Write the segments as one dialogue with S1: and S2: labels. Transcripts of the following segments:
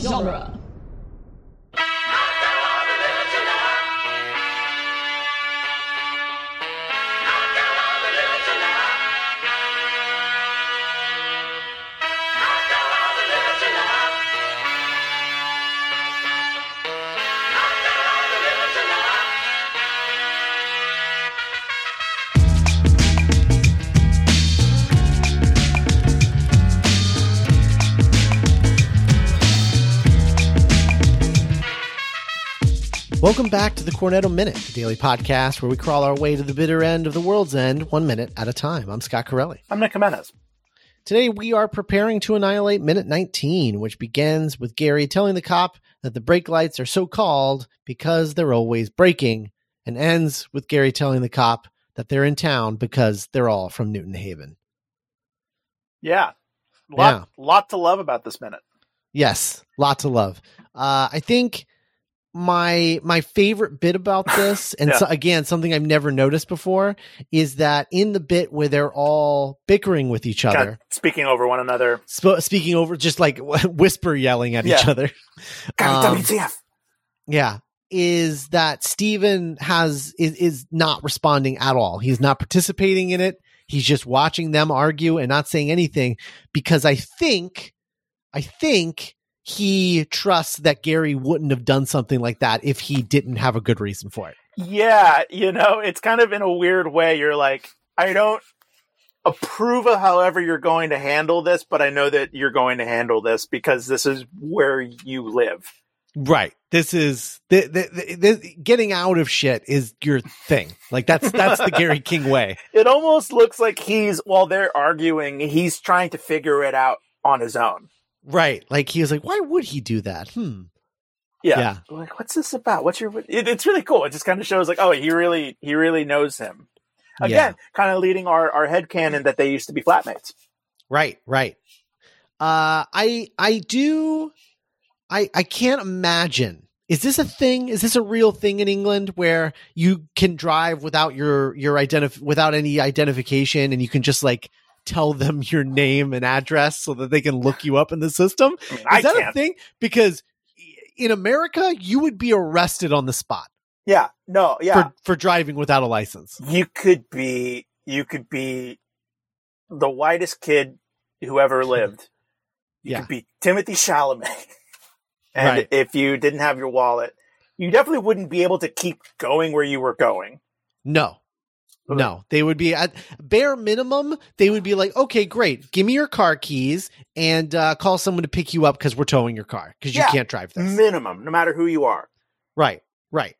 S1: genre.
S2: Welcome back to the Cornetto Minute, the daily podcast where we crawl our way to the bitter end of the world's end, one minute at a time. I'm Scott Corelli.
S3: I'm Nick Jimenez.
S2: Today we are preparing to annihilate minute 19, which begins with Gary telling the cop that the brake lights are so called because they're always braking, and ends with Gary telling the cop that they're in town because they're all from Newton Haven.
S3: Yeah. Lot, lot to love about this minute.
S2: Yes, lot to love. Uh, I think my my favorite bit about this and
S3: Yeah.
S2: so, again something i've never noticed before is that in the bit where they're all bickering with each
S3: Kind
S2: other
S3: of speaking over one another.
S2: sp- speaking over just like whisper yelling at each
S3: Yeah.
S2: other
S3: God,
S2: Um,
S3: WTF.
S2: yeah is that steven has is, is not responding at all he's not participating in it he's just watching them argue and not saying anything because i think i think he trusts that gary wouldn't have done something like that if he didn't have a good reason for it
S3: Yeah, you know, it's kind of in a weird way. You're like, I don't approve of however you're going to handle this, but I know that you're going to handle this because this is where you live.
S2: right this is the, the, the, the getting out of shit is your thing like that's that's the gary king way
S3: It almost looks like he's, while they're arguing, he's trying to figure it out on his own.
S2: right like he was like why would he do that hmm
S3: Yeah.
S2: Yeah.
S3: Like, what's this about? What's your? It, it's really cool. It just kind of shows like, oh, he really, he really knows him. Again, kind of leading our our head canon that they used to be flatmates.
S2: Right, right. Uh I I do I I can't imagine. Is this a thing? Is this a real thing in England where you can drive without your your identif- without any identification and you can just like tell them your name and address so that they can look you up in the system? Is
S3: I, mean, I
S2: that
S3: can't.
S2: a thing? Because in America, you would be arrested on the spot
S3: Yeah. No. Yeah.
S2: for, for driving without a license.
S3: you could be. You could be the whitest kid who ever lived. You
S2: Yeah.
S3: could be Timothy Chalamet. and
S2: Right.
S3: if you didn't have your wallet, you definitely wouldn't be able to keep going where you were going.
S2: No. No, they would be at bare minimum. They would be like, okay, great. Give me your car keys and uh, call someone to pick you up because we're towing your car because you
S3: Yeah.
S2: can't drive this.
S3: Minimum, no matter who you are.
S2: Right, right.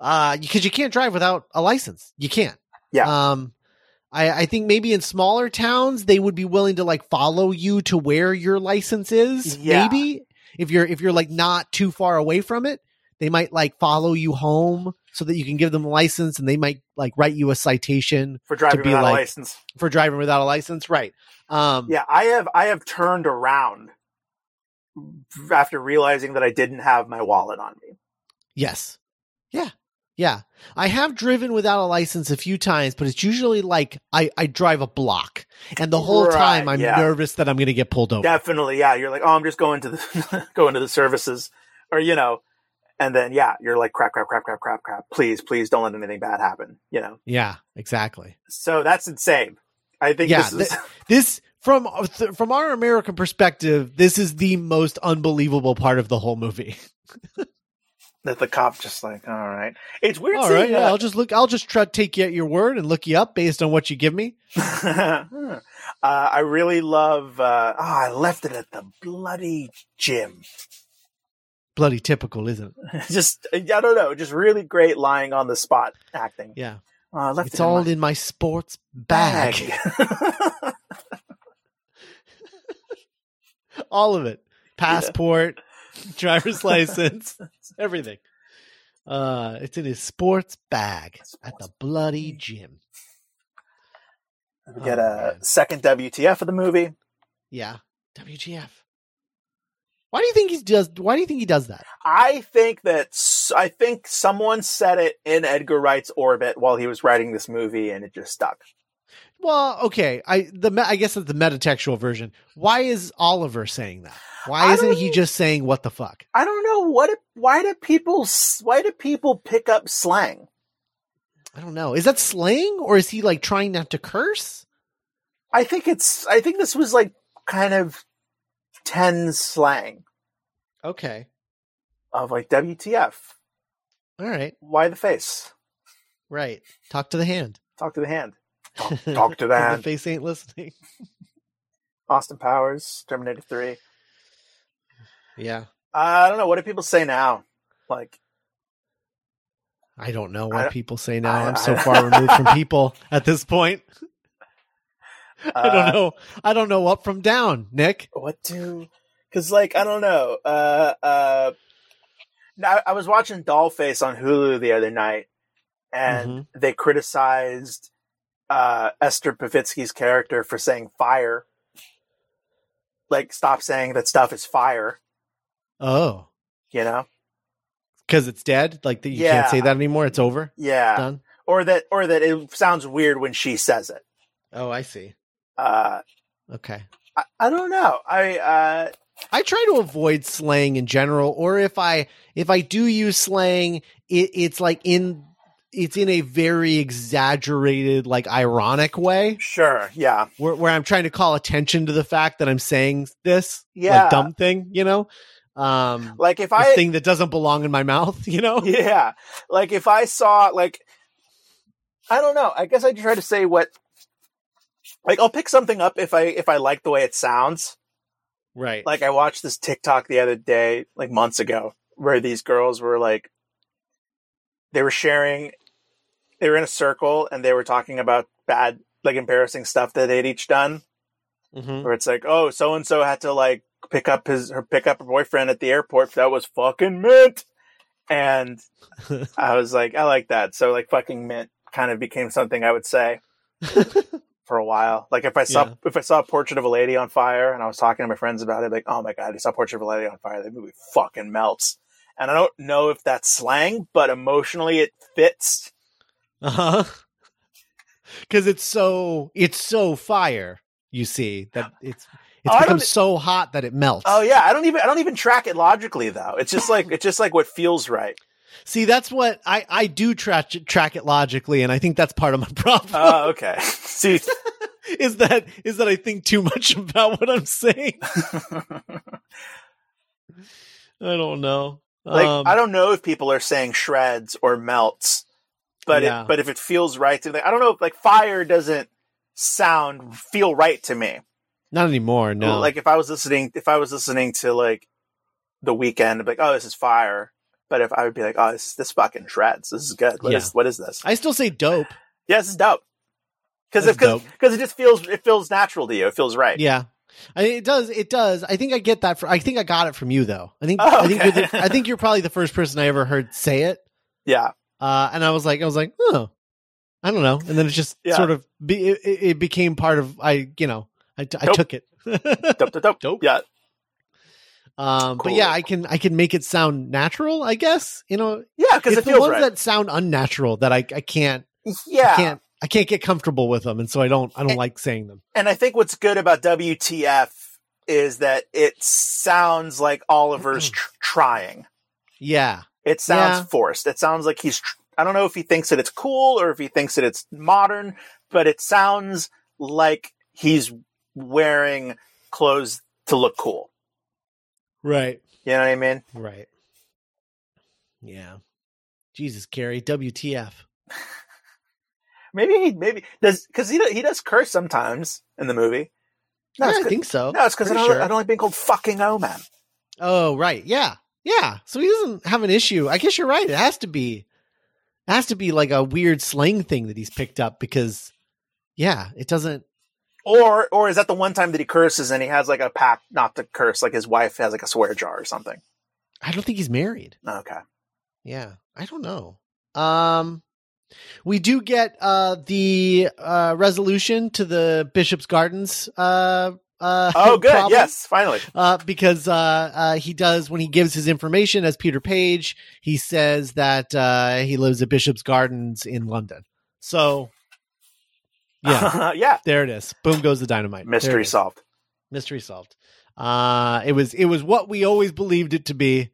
S2: Because you can't drive without a license. You can't.
S3: Yeah.
S2: Um, I, I think maybe in smaller towns they would be willing to like follow you to where your license is.
S3: Yeah.
S2: Maybe if you're if you're like not too far away from it, they might like follow you home so that you can give them a license and they might like write you a citation
S3: for driving
S2: be
S3: without
S2: like-
S3: a license.
S2: for driving without a license. Right. Um,
S3: Yeah, I have I have turned around after realizing that I didn't have my wallet on me.
S2: Yes. Yeah. Yeah. I have driven without a license a few times, but it's usually like I, I drive a block and the whole
S3: Right,
S2: time I'm
S3: yeah.
S2: nervous that I'm going to get pulled over.
S3: Definitely, yeah. You're like, oh, I'm just going to the going to the services, or you know, and then yeah, you're like, crap, crap, crap, crap, crap, crap. Please, please don't let anything bad happen. You know,
S2: yeah, exactly.
S3: so that's insane. I think
S2: Yeah,
S3: this is
S2: This from uh, from our American perspective, this is the most unbelievable part of the whole movie.
S3: that the cop just like, all right, it's uh weird.
S2: All
S3: seeing
S2: right, yeah,
S3: that-
S2: I'll just look. I'll just try take you at your word and look you up based on what you give me.
S3: uh, I really love. Uh, oh, I left it at the bloody gym.
S2: Bloody typical, isn't it?
S3: just I don't know, just really great lying on the spot acting.
S2: Yeah,
S3: Uh, I left
S2: it's
S3: it in
S2: all
S3: my
S2: in my sports bag.
S3: bag.
S2: all of it passport driver's license everything uh it's in his sports bag at the bloody gym
S3: we get
S2: Oh,
S3: a
S2: man.
S3: second WTF of the movie.
S2: yeah wgf why do you think he does why do you think he does that
S3: I think that s- I think someone said it in Edgar Wright's orbit while he was writing this movie, and it just stuck.
S2: Well, okay. I the me- I guess it's the metatextual version. Why is Oliver saying that? Why
S3: I
S2: isn't
S3: don't e
S2: he
S3: know.
S2: just saying what the fuck?
S3: I don't know what. It, why do people? s- Why do people pick up slang?
S2: I don't know. Is that slang or is he like trying not to curse?
S3: I think it's. I think this was like kind of ten slang
S2: Okay.
S3: of like WTF.
S2: All right.
S3: Why the face?
S2: Right. Talk to the hand.
S3: Talk to the hand. Talk to the
S2: the
S3: hand.
S2: face ain't listening.
S3: Austin Powers, Terminator Three.
S2: Yeah.
S3: I don't know. What do people say now? Like
S2: I don't know
S3: I
S2: what
S3: don't-
S2: people say now.
S3: I-
S2: I'm
S3: I-
S2: so far removed from people at this point. I
S3: uh,
S2: don't know. I don't know up from down, Nick.
S3: what do because like i don't know uh uh now i was watching dollface on hulu the other night and
S2: Mhm.
S3: they criticized uh esther pavitsky's character for saying fire like stop saying that stuff is fire
S2: Oh,
S3: you know
S2: because it's dead. Like that, you can't say
S3: Yeah.
S2: that anymore. It's over.
S3: yeah
S2: Done.
S3: or that or that it sounds weird when she says it
S2: Oh, I see.
S3: uh
S2: Okay.
S3: i, I don't know i uh
S2: I try to avoid slang in general, or if I if I do use slang, it, it's like in it's in a very exaggerated, like ironic way,
S3: sure yeah
S2: where, where I'm trying to call attention to the fact that I'm saying this
S3: Yeah.
S2: like dumb thing, you know, um,
S3: like if
S2: this
S3: i
S2: thing that doesn't belong in my mouth, you know.
S3: yeah like if i saw like i don't know i guess i try to say what like i'll pick something up if i if i like the way it sounds
S2: Right.
S3: like i watched this tiktok the other day like months ago where these girls were like they were sharing they were in a circle and they were talking about bad like embarrassing stuff that they'd each done
S2: Mhm.
S3: where it's like oh so and so had to like pick up his her pick up her boyfriend at the airport that was fucking mint and I was like, I like that. So like fucking mint kind of became something I would say for a while. Like if I saw
S2: Yeah.
S3: if I saw a portrait of a lady on fire and I was talking to my friends about it, like, oh my god, I saw a portrait of a lady on fire, that movie fucking melts. And I don't know if that's slang, but emotionally it fits.
S2: Uh-huh. Cuz it's so it's so fire, you see, that it's it's
S3: Oh, I
S2: become
S3: don't-
S2: so hot that it melts.
S3: Oh yeah, I don't even I don't even track it logically though. It's just like it's just like what feels right.
S2: See, that's what I I do track track it logically and I think that's part of my problem
S3: Oh, okay. See
S2: is that is that I think too much about what I'm saying. I don't know.
S3: like
S2: Um,
S3: I don't know if people are saying shreds or melts, but
S2: Yeah.
S3: it, but if it feels right to like I don't know if like fire doesn't sound feel right to me.
S2: not anymore, no.
S3: Like if I was listening if I was listening to like the weekend I'd be like oh this is fire, but if I would be like oh this this fucking shreds this is good What is
S2: Yeah.
S3: what is this
S2: I still say dope.
S3: yeah this is dope because
S2: That's
S3: because because it just feels it feels natural to you it feels right
S2: Yeah. I, it does. It does. I think I get that. For, I think I got it from you, though. I think.
S3: Oh,
S2: I think.
S3: okay.
S2: You're the, I think you're probably the first person I ever heard say it.
S3: yeah
S2: Uh, and I was like, I was like, oh, I don't know. And then it just
S3: Yeah.
S2: sort of be, it, it it became part of. I you know I, I
S3: Dope.
S2: took it.
S3: dope dope dope,
S2: Dope.
S3: yeah
S2: um, but
S3: Cool.
S2: yeah, I can I can make it sound natural. I guess you know
S3: yeah because
S2: it's
S3: it
S2: the
S3: feels
S2: ones
S3: right
S2: that sound unnatural that I I can't
S3: yeah
S2: I can't I can't get comfortable with them, and so I don't I don't
S3: And-
S2: like saying them.
S3: And I think what's good about WTF is that it sounds like Oliver's tr- trying.
S2: Yeah.
S3: It sounds
S2: Yeah.
S3: forced. It sounds like he's. Tr- I don't know if he thinks that it's cool or if he thinks that it's modern, but it sounds like he's wearing clothes to look cool.
S2: Right.
S3: You know what I mean?
S2: Right. Yeah. Jesus, Carrie. WTF?
S3: Maybe he maybe does because he do- he does curse sometimes in the movie. No,
S2: yeah,
S3: it's
S2: I
S3: 'cause-
S2: think so.
S3: no, it's because I
S2: Pretty
S3: don't,
S2: sure.
S3: I don't like being called fucking O man.
S2: Oh, right. Yeah. Yeah. So he doesn't have an issue. I guess you're right. It has to be it has to be like a weird slang thing that he's picked up because yeah, it doesn't
S3: Or or is that the one time that he curses and he has like a pact not to curse, like his wife has like a swear jar or something?
S2: I don't think he's married.
S3: Okay.
S2: Yeah. I don't know. Um we do get uh the uh resolution to the Bishop's Gardens uh uh
S3: Oh, good.
S2: problem.
S3: Yes, finally.
S2: uh, because uh, uh, he does when he gives his information as Peter Page, he says that uh, he lives at Bishop's Gardens in London. So Yeah,
S3: yeah.
S2: there it is. Boom goes the dynamite. There it
S3: Mystery
S2: is.
S3: solved.
S2: Mystery solved. Uh, it was it was what we always believed it to be.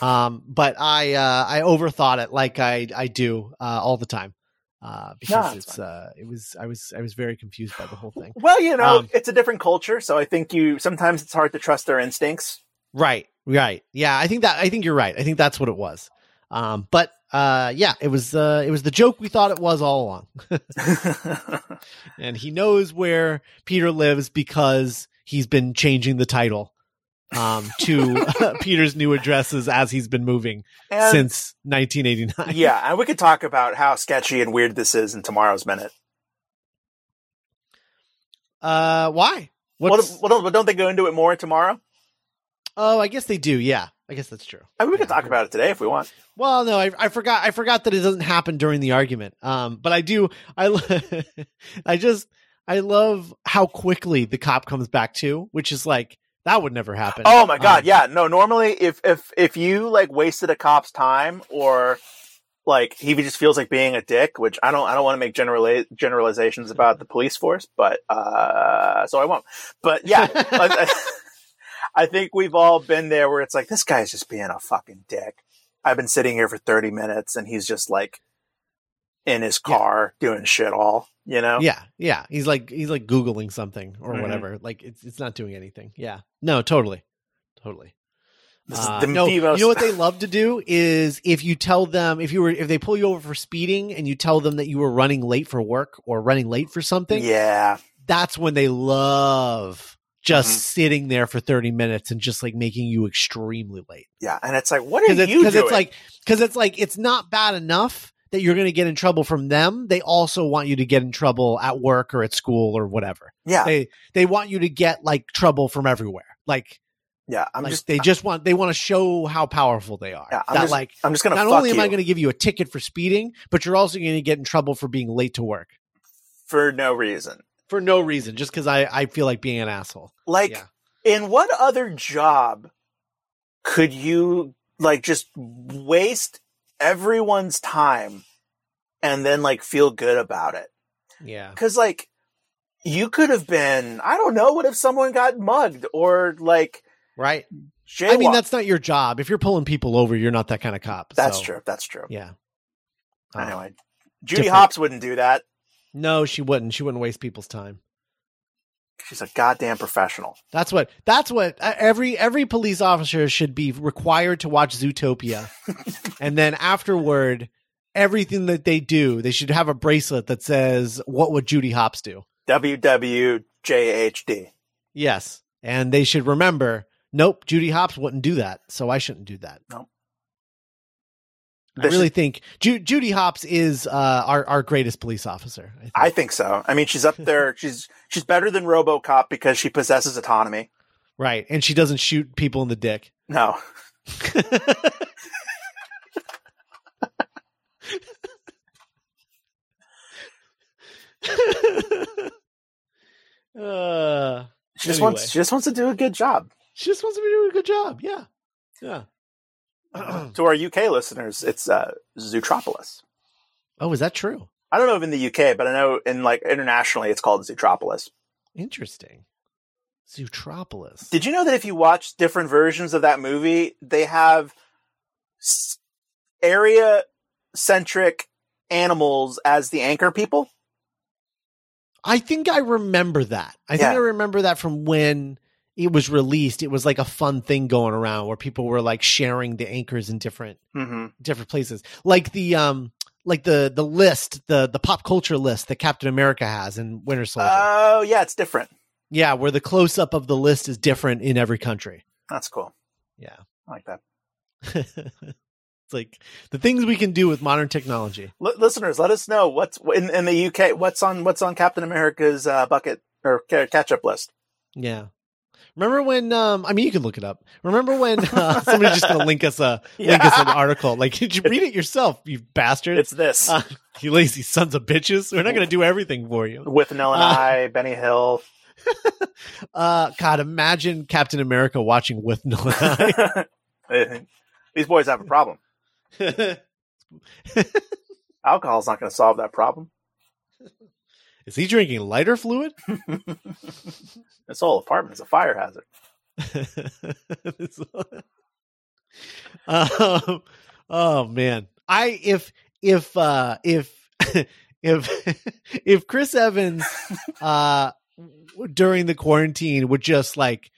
S2: Um, but I uh, I overthought it like I I do uh, all the time. Uh, because
S3: that's
S2: it's uh, it was I was I was very confused by the whole thing.
S3: Well, you know,
S2: Um,
S3: it's a different culture, so I think you sometimes it's hard to trust their instincts.
S2: Right, right. Yeah, I think that I think you're right. I think that's what it was. Um, but uh, yeah, it was uh, it was the joke we thought it was all along. and he knows where Peter lives because he's been changing the title um to Peter's new addresses as he's been moving
S3: And-
S2: since 1989.
S3: yeah, and we could talk about how sketchy and weird this is in tomorrow's minute.
S2: Uh why?
S3: Well,
S2: What's,
S3: well, don't, don't they go into it more tomorrow?
S2: oh, I guess they do. Yeah. I guess that's true.
S3: I mean, we could
S2: Yeah.
S3: talk about it today if we want.
S2: Well, no, I, I forgot. I forgot that it doesn't happen during the argument. Um, but I do. I, lo- I just, I love how quickly the cop comes back to, which is like that would never happen.
S3: Oh my god,
S2: Um,
S3: yeah. No, normally if if if you like wasted a cop's time or like he just feels like being a dick, which I don't I don't want to make general generalizations about the police force, but uh so I won't. But yeah, I, I- I think we've all been there where it's like this guy's just being a fucking dick. I've been sitting here for 30 minutes and he's just like in his car doing shit all, you know?
S2: Yeah, yeah. He's like he's like googling something or
S3: Mhm.
S2: whatever. Like it's it's not doing anything. Yeah. No, totally, totally.
S3: This is
S2: Uh,
S3: the,
S2: no,
S3: the most-
S2: you know what they love to do is if you tell them if you were if they pull you over for speeding and you tell them that you were running late for work or running late for something,
S3: Yeah.
S2: that's when they love just
S3: Mhm.
S2: sitting there for 30 minutes and just like making you extremely late
S3: Yeah, and it's like what are
S2: because it's,
S3: you
S2: 'cause
S3: doing?
S2: it's like because it's like it's not bad enough that you're going to get in trouble from them they also want you to get in trouble at work or at school or whatever
S3: yeah.
S2: they they want you to get like trouble from everywhere like,
S3: Yeah, I'm
S2: like,
S3: just
S2: they just want they want to show how powerful they are
S3: Yeah, I'm
S2: that
S3: just
S2: like
S3: I'm just gonna
S2: not
S3: fuck
S2: only am
S3: you
S2: i going to give you a ticket for speeding but you're also going to get in trouble for being late to work
S3: for no reason.
S2: for no reason just because i i feel like being an asshole
S3: Like,
S2: Yeah.
S3: in what other job could you like just waste everyone's time and then like feel good about it?
S2: yeah
S3: Because like you could have been I don't know. What if someone got mugged or like
S2: right
S3: jaywalked?
S2: I mean, that's not your job. If you're pulling people over, you're not that kind of cop.
S3: that's
S2: so,
S3: true. That's true.
S2: Yeah. Uh,
S3: Anyway, Judy
S2: different.
S3: Hopps wouldn't do that.
S2: No, she wouldn't. She wouldn't waste people's time.
S3: She's a goddamn professional.
S2: That's what. That's what. uh, Every every police officer should be required to watch Zootopia, and then afterward, everything that they do, they should have a bracelet that says, "What would Judy Hopps do?"
S3: WWJHD.
S2: Yes, and they should remember, "Nope, Judy Hopps wouldn't do that, so I shouldn't do that."
S3: No.
S2: I
S3: This
S2: really think Ju- Judy Hopps is uh, our our greatest police officer. I think.
S3: I think so. I mean, she's up there. She's she's better than RoboCop because she possesses autonomy.
S2: Right. And she doesn't shoot people in the dick.
S3: No,
S2: uh,
S3: she just
S2: Anyway.
S3: wants she just wants to do a good job.
S2: she just wants me to do a good job. Yeah. Yeah.
S3: to our UK listeners, it's uh, Zootropolis.
S2: oh, is that true?
S3: I don't know if in the UK, but I know in like internationally, it's called Zootropolis.
S2: Interesting. Zootropolis.
S3: Did you know that if you watch different versions of that movie, they have area centric animals as the anchor people?
S2: I think I remember that. I think
S3: Yeah.
S2: I remember that from when it was released. It was like a fun thing going around where people were like sharing the anchors in different
S3: Mm-hmm.
S2: different places. Like the um like the the list, the the pop culture list that Captain America has in Winter Soldier.
S3: Oh yeah, it's different.
S2: Yeah, where the close up of the list is different in every country.
S3: That's cool.
S2: Yeah.
S3: I like that.
S2: it's like the things we can do with modern technology.
S3: L- listeners, let us know what's in, in the UK. What's on what's on Captain America's uh, bucket or ca- catch-up list?
S2: Yeah. Remember when? Um, I mean, you can look it up. Remember when uh, somebody's just going to link us a link us an article? Like, did you read it yourself, you bastard?
S3: It's this
S2: Uh, you lazy sons of bitches. We're not going to do everything for you.
S3: with Nell and
S2: uh,
S3: I, Benny Hill.
S2: Uh, God, imagine Captain America watching with Nolan.
S3: These boys have a problem.
S2: and
S3: Alcohol's not going to solve that problem.
S2: Is he drinking lighter fluid?
S3: This whole apartment is a fire hazard.
S2: um, oh man, I if if uh, if if if Chris Evans uh, w- during the quarantine would just like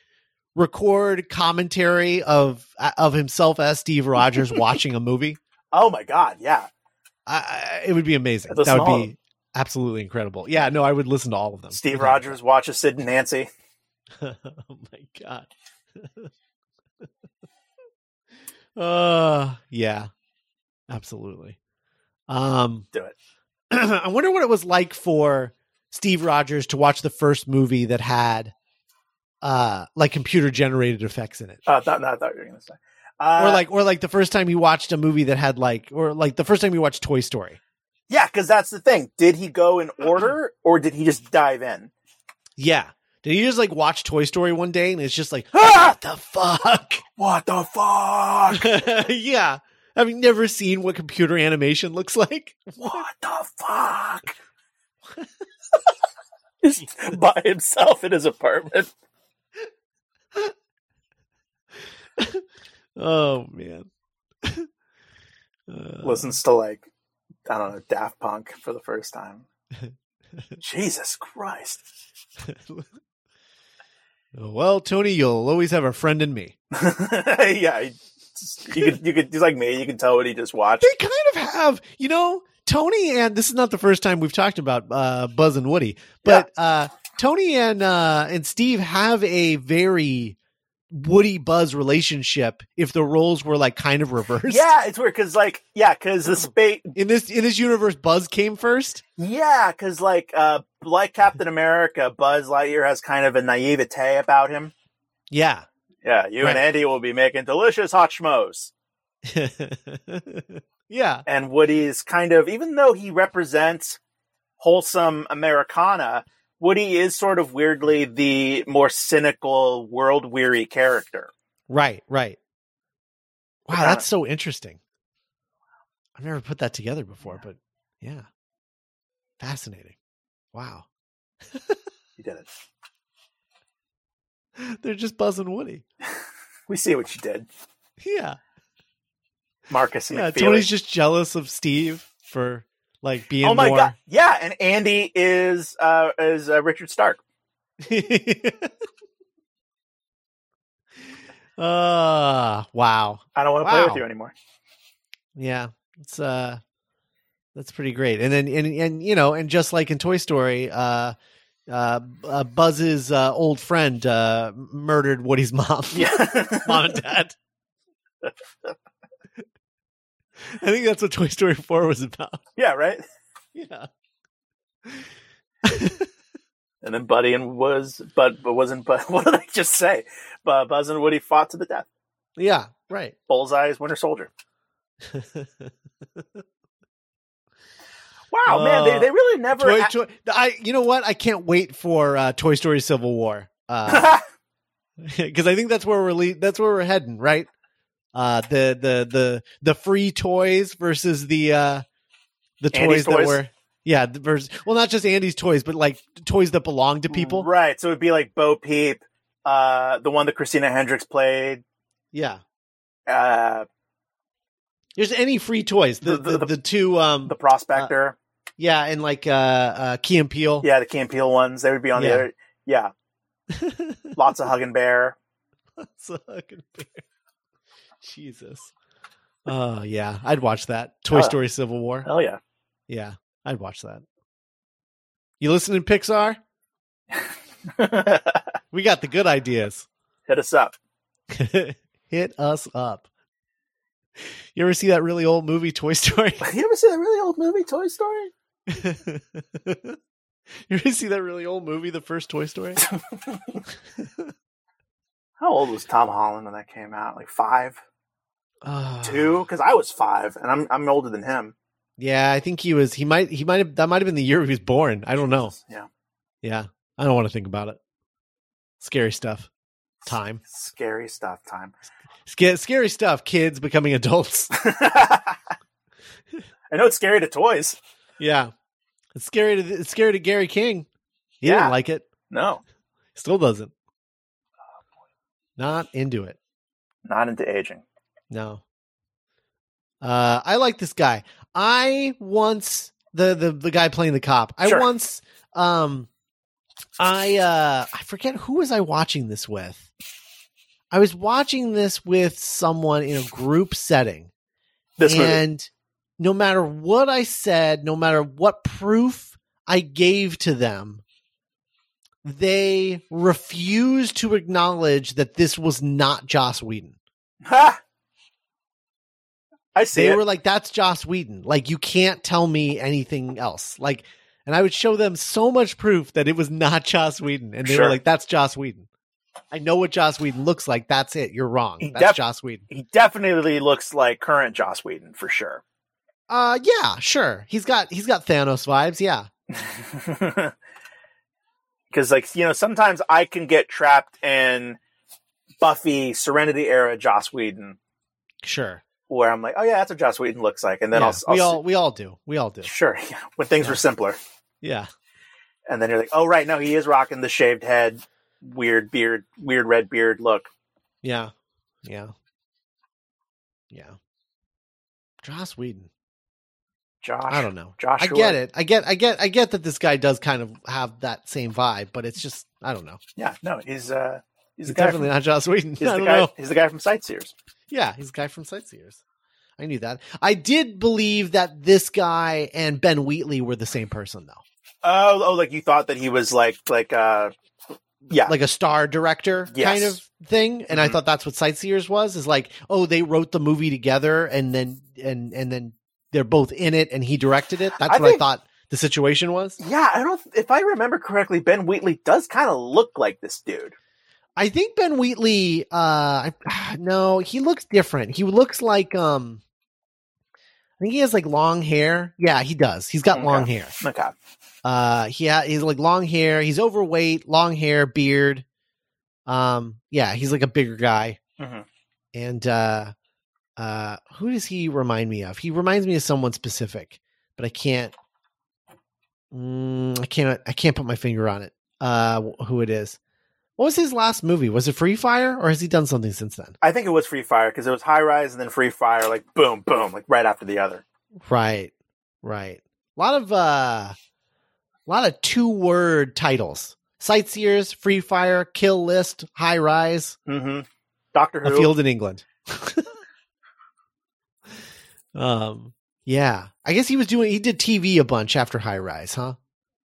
S2: record commentary of uh, of himself as Steve Rogers watching a movie,
S3: Oh my god, yeah.
S2: I, I- it would be amazing.
S3: That's
S2: That would
S3: small.
S2: be absolutely incredible. Yeah, no, I would listen to all of them.
S3: Steve
S2: Okay.
S3: Rogers watches Sid and Nancy.
S2: oh my god. uh yeah. Absolutely. Um
S3: Do it.
S2: I wonder what it was like for Steve Rogers to watch the first movie that had uh like computer generated effects in it.
S3: Oh, I thought, no, I thought you were going to say. Uh,
S2: or like or like the first time he watched a movie that had like or like the first time he watched Toy Story.
S3: yeah, because that's the thing. Did he go in order or did he just dive in?
S2: Yeah. Did he just like watch Toy Story one day and it's just like
S3: Ah!
S2: what the fuck?
S3: What the fuck?
S2: yeah. Having never seen what computer animation looks like.
S3: What the fuck? Just by himself in his apartment.
S2: Oh man. Uh,
S3: Listens to like, I don't know, Daft Punk for the first time. Jesus Christ.
S2: Uh, Well, Tony, you'll always have a friend in me.
S3: yeah, he, you could, you could. He's like me. You can tell what he just watched.
S2: They kind of have, you know, Tony and this is not the first time we've talked about uh, Buzz and Woody, but uh, Tony and uh, and Steve have a very Woody Buzz relationship. If the roles were like kind of reversed,
S3: Yeah, it's weird because like yeah, because the space
S2: In this in this universe, Buzz came first.
S3: yeah, because like uh, like Captain America, Buzz Lightyear has kind of a naivete about him.
S2: Yeah.
S3: Yeah, you
S2: Right.
S3: and Andy will be making delicious hot schmoes,
S2: yeah.
S3: and Woody's kind of even though he represents wholesome Americana, Woody is sort of weirdly the more cynical, world weary character.
S2: Right, right. Wow,
S3: Got
S2: that's so interesting. I've never put that together before, but yeah. Fascinating. Wow.
S3: You did it.
S2: They're just buzzing Woody.
S3: We see what you did,
S2: Yeah.
S3: Marcus.
S2: Yeah.
S3: McFeely.
S2: Tony's just jealous of Steve for like being
S3: oh my
S2: more
S3: god yeah and andy is uh is uh, richard stark
S2: Ah, wow.
S3: i don't want to play
S2: Wow.
S3: with you anymore
S2: Yeah, it's uh, that's pretty great. And then and and you know, and just like in Toy Story, uh, uh, uh Buzz's uh, old friend uh murdered Woody's mom,
S3: yeah
S2: mom and dad. I think that's what Toy Story Four was about.
S3: yeah right
S2: Yeah,
S3: and then buddy and was but but wasn't but what did i just say but buzz and woody fought to the death
S2: yeah, right.
S3: bullseye is winter soldier wow man they,
S2: Uh,
S3: they really never
S2: Toy,
S3: a-
S2: Toy, I, you know what? I can't wait for uh, Toy Story Civil War. Uh, because I think that's where we're le- that's where we're heading, right? Uh, the the the the free toys versus the uh, the
S3: Andy's
S2: toys, that
S3: toys?
S2: were yeah the versus well not just Andy's toys but like toys that belong to people.
S3: right so it'd be like bo peep uh the one that christina hendricks played
S2: Yeah,
S3: uh
S2: there's any free toys the
S3: The-
S2: the,
S3: the-
S2: the, two um
S3: the prospector
S2: yeah and like uh, uh Key and Peele.
S3: yeah the Key and Peele ones they would be on the
S2: Yeah.
S3: other oh. yeah lots of hug and bear
S2: It's a fucking bear. Jesus. Oh yeah, I'd watch that Toy
S3: Oh.
S2: Story Civil War.
S3: hell yeah
S2: Yeah, I'd watch that. You listening, Pixar?
S3: hit
S2: We got the good ideas.
S3: us up
S2: Hit us up. You ever see that really old movie, Toy Story?
S3: You ever see that really old movie, Toy Story?
S2: you ever see that really old movie, the first Toy Story?
S3: How old was Tom Holland when that came out? Like five,
S2: Ah.
S3: two? Because I was five, and I'm I'm older than him.
S2: Yeah, I think he was. He might. He might have. That might have been the year he was born. I don't know.
S3: Yeah,
S2: Yeah, I don't want to think about it. Scary stuff. Time.
S3: scary stuff. Time.
S2: Sca- scary stuff. Kids becoming adults.
S3: I know it's scary to toys.
S2: Yeah. It's scary to it's scary to Gary King. He
S3: Yeah.
S2: didn't like it.
S3: No,
S2: Still doesn't. Not into it.
S3: not into aging.
S2: No. Uh, I like this guy. I once the the the guy playing the cop. I
S3: Sure.
S2: once um I uh I forget who was I watching this with. I was watching this with someone in a group setting
S3: This movie.
S2: and no matter what I said, no matter what proof I gave to them, they refused to acknowledge that this was not Joss Whedon.
S3: Ha! I see
S2: they
S3: it.
S2: were like that's joss whedon like you can't tell me anything else like and i would show them so much proof that it was not joss whedon and they
S3: Sure.
S2: were like that's joss whedon i know what joss whedon looks like that's it you're wrong
S3: He
S2: that's
S3: def-
S2: joss whedon
S3: he definitely looks like current Joss Whedon for sure.
S2: uh yeah sure he's got he's got thanos vibes yeah
S3: Because, like, you know, sometimes I can get trapped in Buffy Serenity era Joss Whedon,
S2: sure
S3: where I'm like, oh, yeah, that's what Joss Whedon looks like. And then
S2: yeah,
S3: I'll, I'll
S2: we
S3: see-
S2: all we all do we all do
S3: sure, yeah, when things were simpler.
S2: yeah
S3: And then you're like, oh, right, no, he is rocking the shaved head, weird beard, weird red beard look.
S2: yeah yeah yeah joss whedon
S3: Josh.
S2: i don't know
S3: Joshua.
S2: I get it. I get I get I get that this guy does kind of have that same vibe, but it's just I don't know.
S3: Yeah, no, he's, uh, he's,
S2: He's
S3: the guy
S2: definitely
S3: from,
S2: not Joss Whedon.
S3: he's,
S2: I
S3: the
S2: don't
S3: guy,
S2: know.
S3: he's the guy from Sightseers.
S2: Yeah, he's a guy from Sightseers. I knew that. I did believe that this guy and Ben Wheatley were the same person though.
S3: Oh, oh, like you thought that he was like, like, uh, yeah,
S2: Like a star director
S3: Yes.
S2: kind of thing. And I
S3: Mhm.
S2: thought that's what Sightseers was, is like, oh, they wrote the movie together and then and and then they're both in it and he directed it. That's
S3: I
S2: what I
S3: think-
S2: thought the situation was.
S3: Yeah, I don't. If I remember correctly, Ben Wheatley does kind of look like this dude.
S2: I think Ben Wheatley. Uh, I- no, he looks different. He looks like um, I think he has like long hair. Yeah, he does. He's got
S3: Okay.
S2: long hair.
S3: Okay,
S2: Uh, he ha- he's like long hair. He's overweight, long hair, beard. Um, yeah, he's like a bigger guy.
S3: Mhm.
S2: And uh, uh, who does he remind me of? He reminds me of someone specific, but I can't. Mm, I can't. I can't put my finger on it. Uh, wh- who it is? What was his last movie? Was it Free Fire, or has he done something since then?
S3: I think it was Free Fire because it was High Rise and then Free Fire, like boom, boom, like right after the other.
S2: Right, right. A lot of uh, a lot of two word titles: sightseers, free fire, kill list, high rise,
S3: Mm-hmm. Doctor
S2: a
S3: Who.
S2: field in England. um, yeah. I guess he was doing. He did TV a bunch after high rise, huh?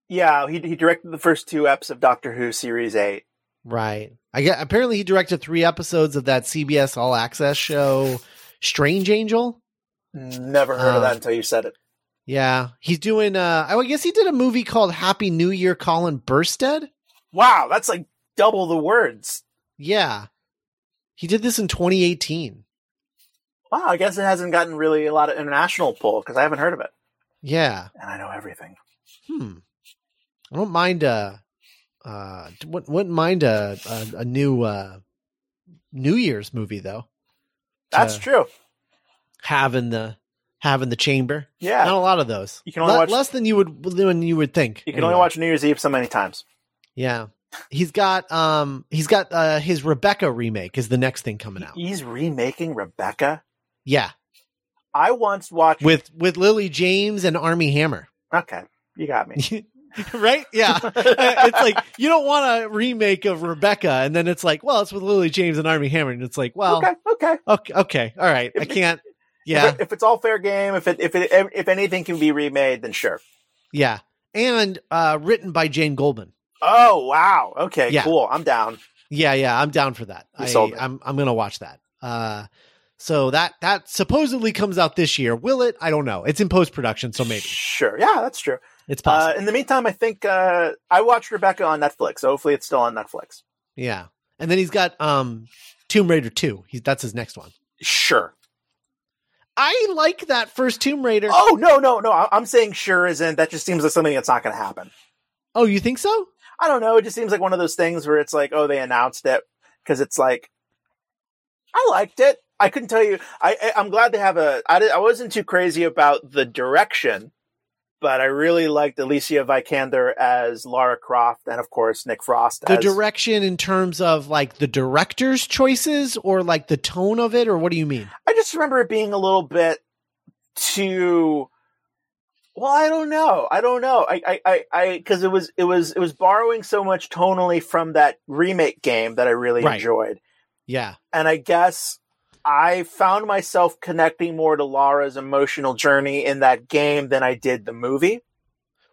S3: Yeah, he he directed the first two eps of Doctor Who series eight.
S2: Right. I get. Apparently, he directed three episodes of that CBS All Access show, Strange Angel.
S3: Never heard
S2: Uh,
S3: of that until you said it.
S2: Yeah, he's doing. Uh, I guess he did a movie called Happy New Year, Colin Burstead.
S3: Wow, that's like double the words.
S2: Yeah. He did this in 2018.
S3: Wow, I guess it hasn't gotten really a lot of international pull because I haven't heard of it,
S2: Yeah.
S3: and I know everything.
S2: Hmm. I don't mind uh uh d- wouldn't wouldn't mind a a, a new uh New Year's movie though.
S3: That's
S2: Uh,
S3: true.
S2: Having the having the chamber.
S3: Yeah,
S2: Not a lot of those.
S3: You can only
S2: Le-
S3: watch-
S2: less than you would than you would think.
S3: you can
S2: anyway.
S3: only watch New Year's Eve so many times.
S2: Yeah. He's got um he's got uh his Rebecca remake is the next thing coming out.
S3: He's remaking Rebecca.
S2: Yeah.
S3: I once watched.
S2: With with Lily James and Army Hammer.
S3: Okay, you got me.
S2: right? Yeah. it's like you don't want a remake of Rebecca, and then it's like, well, it's with Lily James and Army Hammer, and it's like, well, okay,
S3: okay, okay.
S2: okay, all right, I can't.
S3: If,
S2: Yeah,
S3: it- if it's all fair game, if it if it if anything can be remade, then sure.
S2: yeah, and uh, written by Jane Goldman.
S3: Oh wow. Okay.
S2: Yeah.
S3: Cool. I'm down.
S2: Yeah, yeah, I'm down for that.
S3: You
S2: I,
S3: sold me.
S2: I'm I'm gonna watch that. Uh, so that that supposedly comes out this year. Will it? I don't know. It's in post production, so maybe
S3: Sure. Yeah, that's true.
S2: it's
S3: Uh,
S2: possible.
S3: in the meantime, I think uh, I watched Rebecca on Netflix. So hopefully, it's still on Netflix.
S2: yeah, and then he's got um Tomb Raider two. He's that's his next one.
S3: Sure.
S2: I like that first Tomb Raider. Oh,
S3: Oh no no no! I- I'm saying sure as in that just seems like something that's not going to happen.
S2: Oh, you think so?
S3: I don't know. It just seems like one of those things where it's like, oh, they announced it because it's like, I liked it. I couldn't tell you. I, I I'm glad they have a. I, di- I wasn't too crazy about the direction, but I really liked Alicia Vikander as Lara Croft, and of course Nick Frost.
S2: The
S3: as,
S2: direction in terms of like the director's choices or like the tone of it, or what do you mean?
S3: I just remember it being a little bit too. Well, I don't know. I don't know. I, I, I, I, because it was, it was, it was borrowing so much tonally from that remake game that I really
S2: Right.
S3: enjoyed,
S2: Yeah.
S3: and I guess I found myself connecting more to Lara's emotional journey in that game than I did the movie.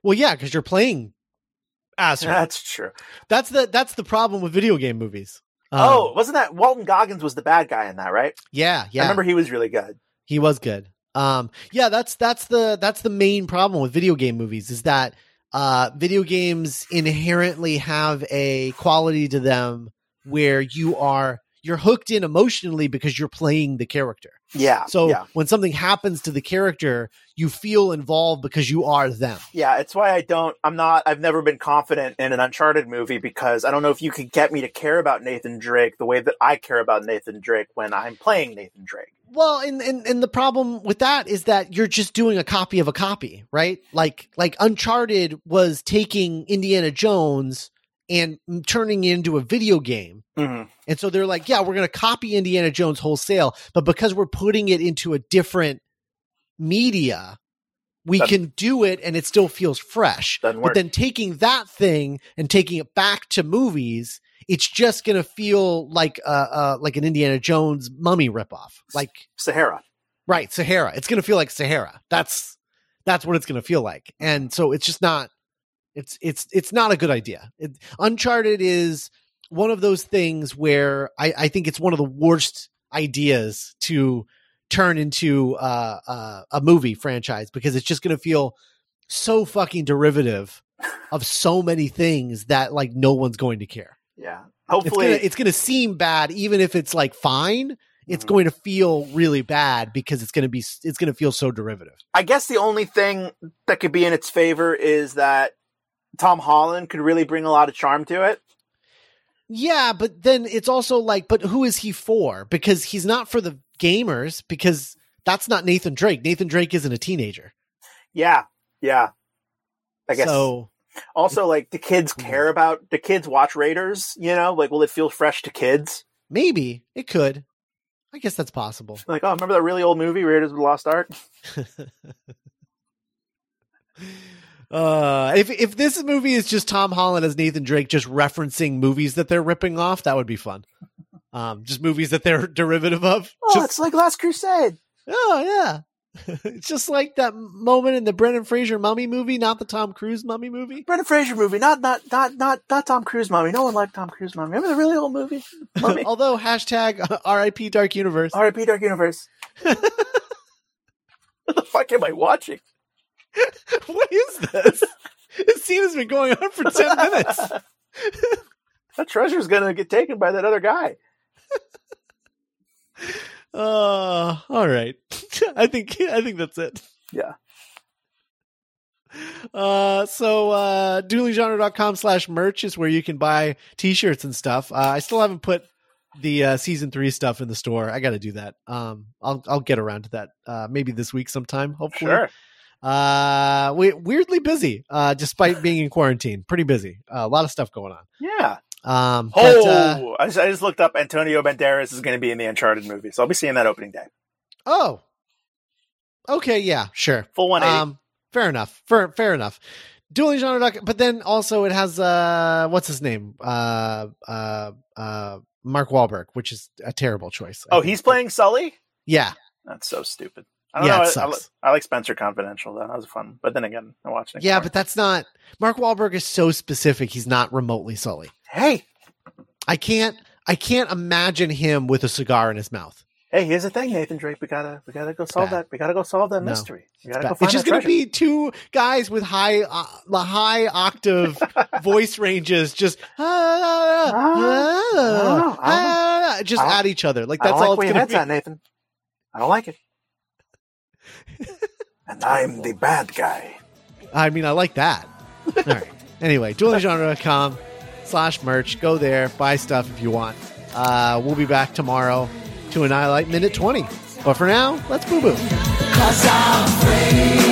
S2: Well, yeah, because you're playing as her.
S3: That's true.
S2: That's the that's the problem with video game movies. Um,
S3: oh, wasn't that Walton Goggins was the bad guy in that, right?
S2: yeah, yeah.
S3: I remember he was really good.
S2: He was good. Um, yeah, that's that's the that's the main problem with video game movies is that uh, video games inherently have a quality to them where you are you're hooked in emotionally because you're playing the character.
S3: Yeah.
S2: So
S3: Uh, yeah.
S2: when something happens to the character, you feel involved because you are them.
S3: Yeah, it's why I don't I'm not I've never been confident in an Uncharted movie because I don't know if you could get me to care about Nathan Drake the way that I care about Nathan Drake when I'm playing Nathan Drake.
S2: Well, and, and and the problem with that is that you're just doing a copy of a copy, right? Like like Uncharted was taking Indiana Jones and turning it into a video game.
S3: Mm-hmm.
S2: And so they're like, yeah, we're going to copy Indiana Jones wholesale, but because we're putting it into a different media, we
S3: That-
S2: can do it and it still feels fresh.
S3: Doesn't
S2: But
S3: work.
S2: then taking that thing and taking it back to movies, it's just going to feel like uh, uh like an Indiana Jones mummy ripoff. Like
S3: Sahara.
S2: Right, Sahara. It's going to feel like Sahara. That's that's what it's going to feel like. And so it's just not it's it's it's not a good idea. It, Uncharted is one of those things where I I think it's one of the worst ideas to turn into uh, uh, a movie franchise because it's just going to feel so fucking derivative of so many things that like no one's going to care.
S3: Yeah.
S2: It's
S3: Hopefully
S2: gonna, it's gonna seem bad even if it's like fine it's going to feel really bad because it's going to be it's going to feel so derivative
S3: I guess the only thing that could be in its favor is that Tom Holland could really bring a lot of charm to it.
S2: yeah but then it's also like but who is he for because he's not for the gamers because that's not nathan drake nathan drake isn't a teenager
S3: Yeah. Yeah. I guess
S2: so Mm-hmm.
S3: also like the kids care about the kids watch Raiders, you know, like will it feel fresh to kids?
S2: maybe it could i guess that's possible
S3: Like, oh, remember that really old movie Raiders of the Lost Ark?
S2: uh if if this movie is just tom holland as nathan drake just referencing movies that they're ripping off that would be fun um just movies that they're derivative of
S3: Oh,
S2: Just-
S3: it's like Last Crusade.
S2: Oh yeah, it's just like that moment in the Brendan Fraser mummy movie, not the Tom Cruise mummy movie.
S3: Brendan Fraser movie, not not not not not Tom Cruise mommy. No one liked Tom Cruise mommy. Remember the really old movie, mommy.
S2: Although hashtag R.I.P. Dark Universe.
S3: R.I.P. Dark Universe. what the fuck am I watching?
S2: what is this? this scene has been going on for ten minutes.
S3: That treasure's gonna get taken by that other guy.
S2: Uh, all right. I think I think that's it.
S3: Yeah.
S2: Uh, so uh, duelinggenre.com slash merch is where you can buy t-shirts and stuff. Uh, I still haven't put the uh, season three stuff in the store. I got to do that. Um, I'll I'll get around to that. Uh, maybe this week sometime. Hopefully. Uh, we weirdly busy. Uh, despite being in quarantine, pretty busy. Uh, a lot of stuff going on.
S3: Yeah.
S2: Um, but, uh,
S3: Oh, I, just, I just looked up. Antonio Banderas is going to be in the Uncharted movie, so I'll be seeing that opening day.
S2: oh, okay, yeah, sure.
S3: Full 180.
S2: Um, fair enough. Fair, fair enough. Dueling genre, doc- but then also it has uh, what's his name? Uh, uh, uh, Mark Wahlberg, which is a terrible choice. I
S3: oh,
S2: think.
S3: he's playing Sully.
S2: yeah,
S3: That's so stupid. I don't
S2: Yeah,
S3: know.
S2: it
S3: I- I, li-
S2: sucks.
S3: I like Spencer Confidential though. That was fun. But then again, I watched it.
S2: yeah, but that's not Mark Wahlberg is so specific. He's not remotely Sully.
S3: hey,
S2: I can't, I can't imagine him with a cigar in his mouth.
S3: hey, here's the thing, Nathan Drake. We gotta, we gotta go solve
S2: bad.
S3: that. We gotta go solve that
S2: No.
S3: mystery. We gotta go
S2: But
S3: find
S2: It's just
S3: that
S2: going to
S3: treasure.
S2: be two guys with high, uh, the high octave voice ranges, just ah, ah, ah,
S3: Ah,
S2: ah, ah, just
S3: ah.
S2: at each other. Like
S3: I
S2: that's
S3: don't like
S2: all
S3: where
S2: it's
S3: your
S2: going
S3: head's
S2: to be.
S3: at, Nathan. I don't like it. and I'm the bad guy.
S2: I mean, I like that. All right. Anyway, duelinggenre.com slash merch. Go there, buy stuff if you want. Uh, we'll be back tomorrow to annihilate minute 20. But for now, let's boo boo.
S1: Cause I'm free.